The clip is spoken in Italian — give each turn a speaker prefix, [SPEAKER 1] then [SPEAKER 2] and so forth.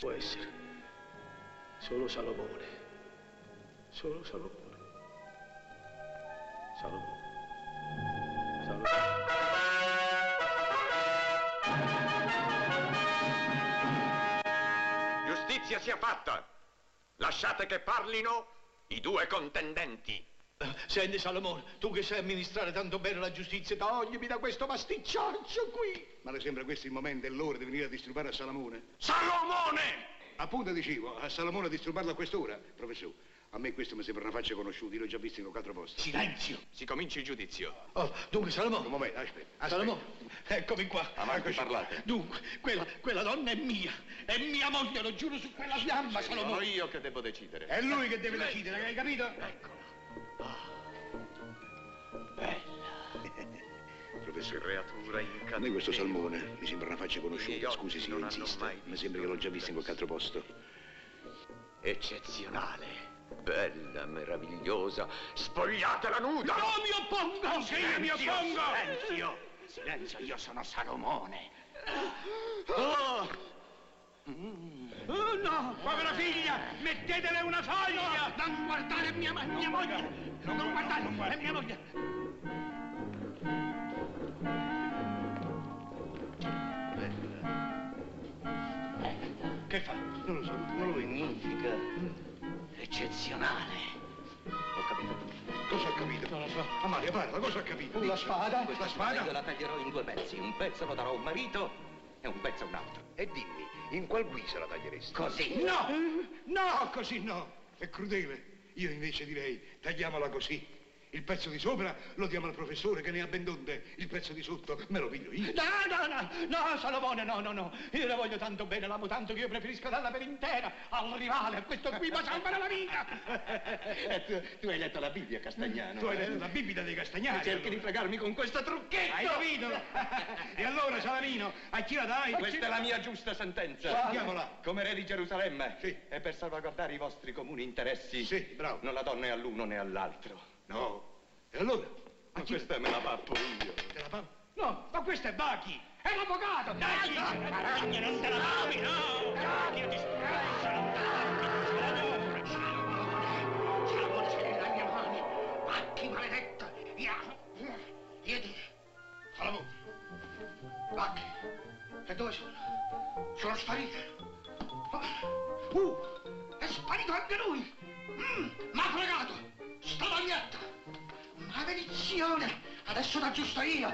[SPEAKER 1] Può essere. Solo Salomone. Solo Salomone. Salomone. Salomone.
[SPEAKER 2] Giustizia sia fatta! Lasciate che parlino i due contendenti.
[SPEAKER 1] Senti Salomone, tu che sai amministrare tanto bene la giustizia, toglimi da questo pasticciaccio qui.
[SPEAKER 3] Ma le sembra questo il momento e l'ora di venire a disturbare a Salamone?
[SPEAKER 2] Salomone!
[SPEAKER 3] Appunto dicevo, a Salamone a disturbarlo a quest'ora, professore. A me questo mi sembra una faccia conosciuta, io l'ho già visto in qualche altro posto.
[SPEAKER 1] Silenzio.
[SPEAKER 2] Si comincia il giudizio.
[SPEAKER 1] Oh, dunque
[SPEAKER 3] Un
[SPEAKER 1] Salomone,
[SPEAKER 3] momento, aspetta,
[SPEAKER 1] Salomone,
[SPEAKER 3] aspetta.
[SPEAKER 1] eccomi qua.
[SPEAKER 2] Avanti,
[SPEAKER 1] Eccoci.
[SPEAKER 2] parlate.
[SPEAKER 1] Dunque, quella, quella donna è mia. È mia moglie, lo giuro su quella fiamma,
[SPEAKER 2] Sono
[SPEAKER 1] Salomone.
[SPEAKER 2] io che devo decidere.
[SPEAKER 3] È lui che deve decidere, hai capito? Professore,
[SPEAKER 2] Creatura
[SPEAKER 3] a
[SPEAKER 2] incantevole.
[SPEAKER 3] me questo Salmone mi sembra una faccia
[SPEAKER 2] Miei
[SPEAKER 3] conosciuta,
[SPEAKER 2] occhi
[SPEAKER 3] scusi se
[SPEAKER 2] non
[SPEAKER 3] io
[SPEAKER 2] hanno mai
[SPEAKER 3] insisto. Mi
[SPEAKER 2] visto
[SPEAKER 3] sembra che l'ho già visto in
[SPEAKER 2] nulla
[SPEAKER 3] qualche altro posto.
[SPEAKER 2] Eccezionale. Bella, meravigliosa. Spogliatela nuda!
[SPEAKER 1] Non Ah, oh, mi oppongo! Sì,
[SPEAKER 2] io mi oppongo!
[SPEAKER 1] Silenzio!
[SPEAKER 2] Silenzio, io sono Salomone.
[SPEAKER 1] Oh, no, povera figlia, mettetele una foglia! non guardare mia, ma- mia moglie! Non, guardare, è mia moglie! Che fa?
[SPEAKER 3] Non lo so, non lo vedo.
[SPEAKER 4] Magnifica, eccezionale. Ho capito.
[SPEAKER 3] Cosa ha capito? Non lo so. Ma Mario, parla, cosa ha capito? La spada?
[SPEAKER 4] Questa
[SPEAKER 3] La spada?
[SPEAKER 4] Io la taglierò in due pezzi. Un pezzo lo darò a un marito e un pezzo a un altro.
[SPEAKER 3] E dimmi, in qual guisa la taglieresti?
[SPEAKER 4] Così.
[SPEAKER 3] No! No, così no! È crudele. Io invece direi, tagliamola così. Il pezzo di sopra lo diamo al professore che ne ha ben donde. Il pezzo di sotto me lo piglio io.
[SPEAKER 1] No, no, no, no, Salomone, no, no, no. Io la voglio tanto bene, l'amo tanto che io preferisco darla per intera al rivale, a questo qui, ma salvare la vita!
[SPEAKER 4] tu, hai letto la Bibbia, Castagnano.
[SPEAKER 3] Tu hai letto la bibita dei Castagnari. allora.
[SPEAKER 4] fregarmi con questo trucchetto.
[SPEAKER 3] Hai capito? e allora, Salamino, a chi la dai?
[SPEAKER 4] Questa è la mia giusta sentenza.
[SPEAKER 3] Sì, diamola.
[SPEAKER 4] Come re di Gerusalemme.
[SPEAKER 3] Sì.
[SPEAKER 4] E per salvaguardare i vostri comuni interessi.
[SPEAKER 3] Sì, bravo.
[SPEAKER 4] Non la do né all'uno né all'altro.
[SPEAKER 3] No. E allora? A
[SPEAKER 4] Ma
[SPEAKER 3] chi
[SPEAKER 4] questa me la pappo io.
[SPEAKER 3] te la fa?
[SPEAKER 1] No, ma questo è Bachi! È l'avvocato! Dai, dai, non te la lavi, no! Bachi, io ti sprezzo, non te la lavi! Salomone, Salomone, sei nella mia mano! Bacchi, maledetto! Io... Io ti... Salomone! Bacchi! E dove sono? Sono sparito! Uh! È sparito anche lui! Mm, ma fregato! Sta maledetta! Maledizione! Adesso t'aggiusto io!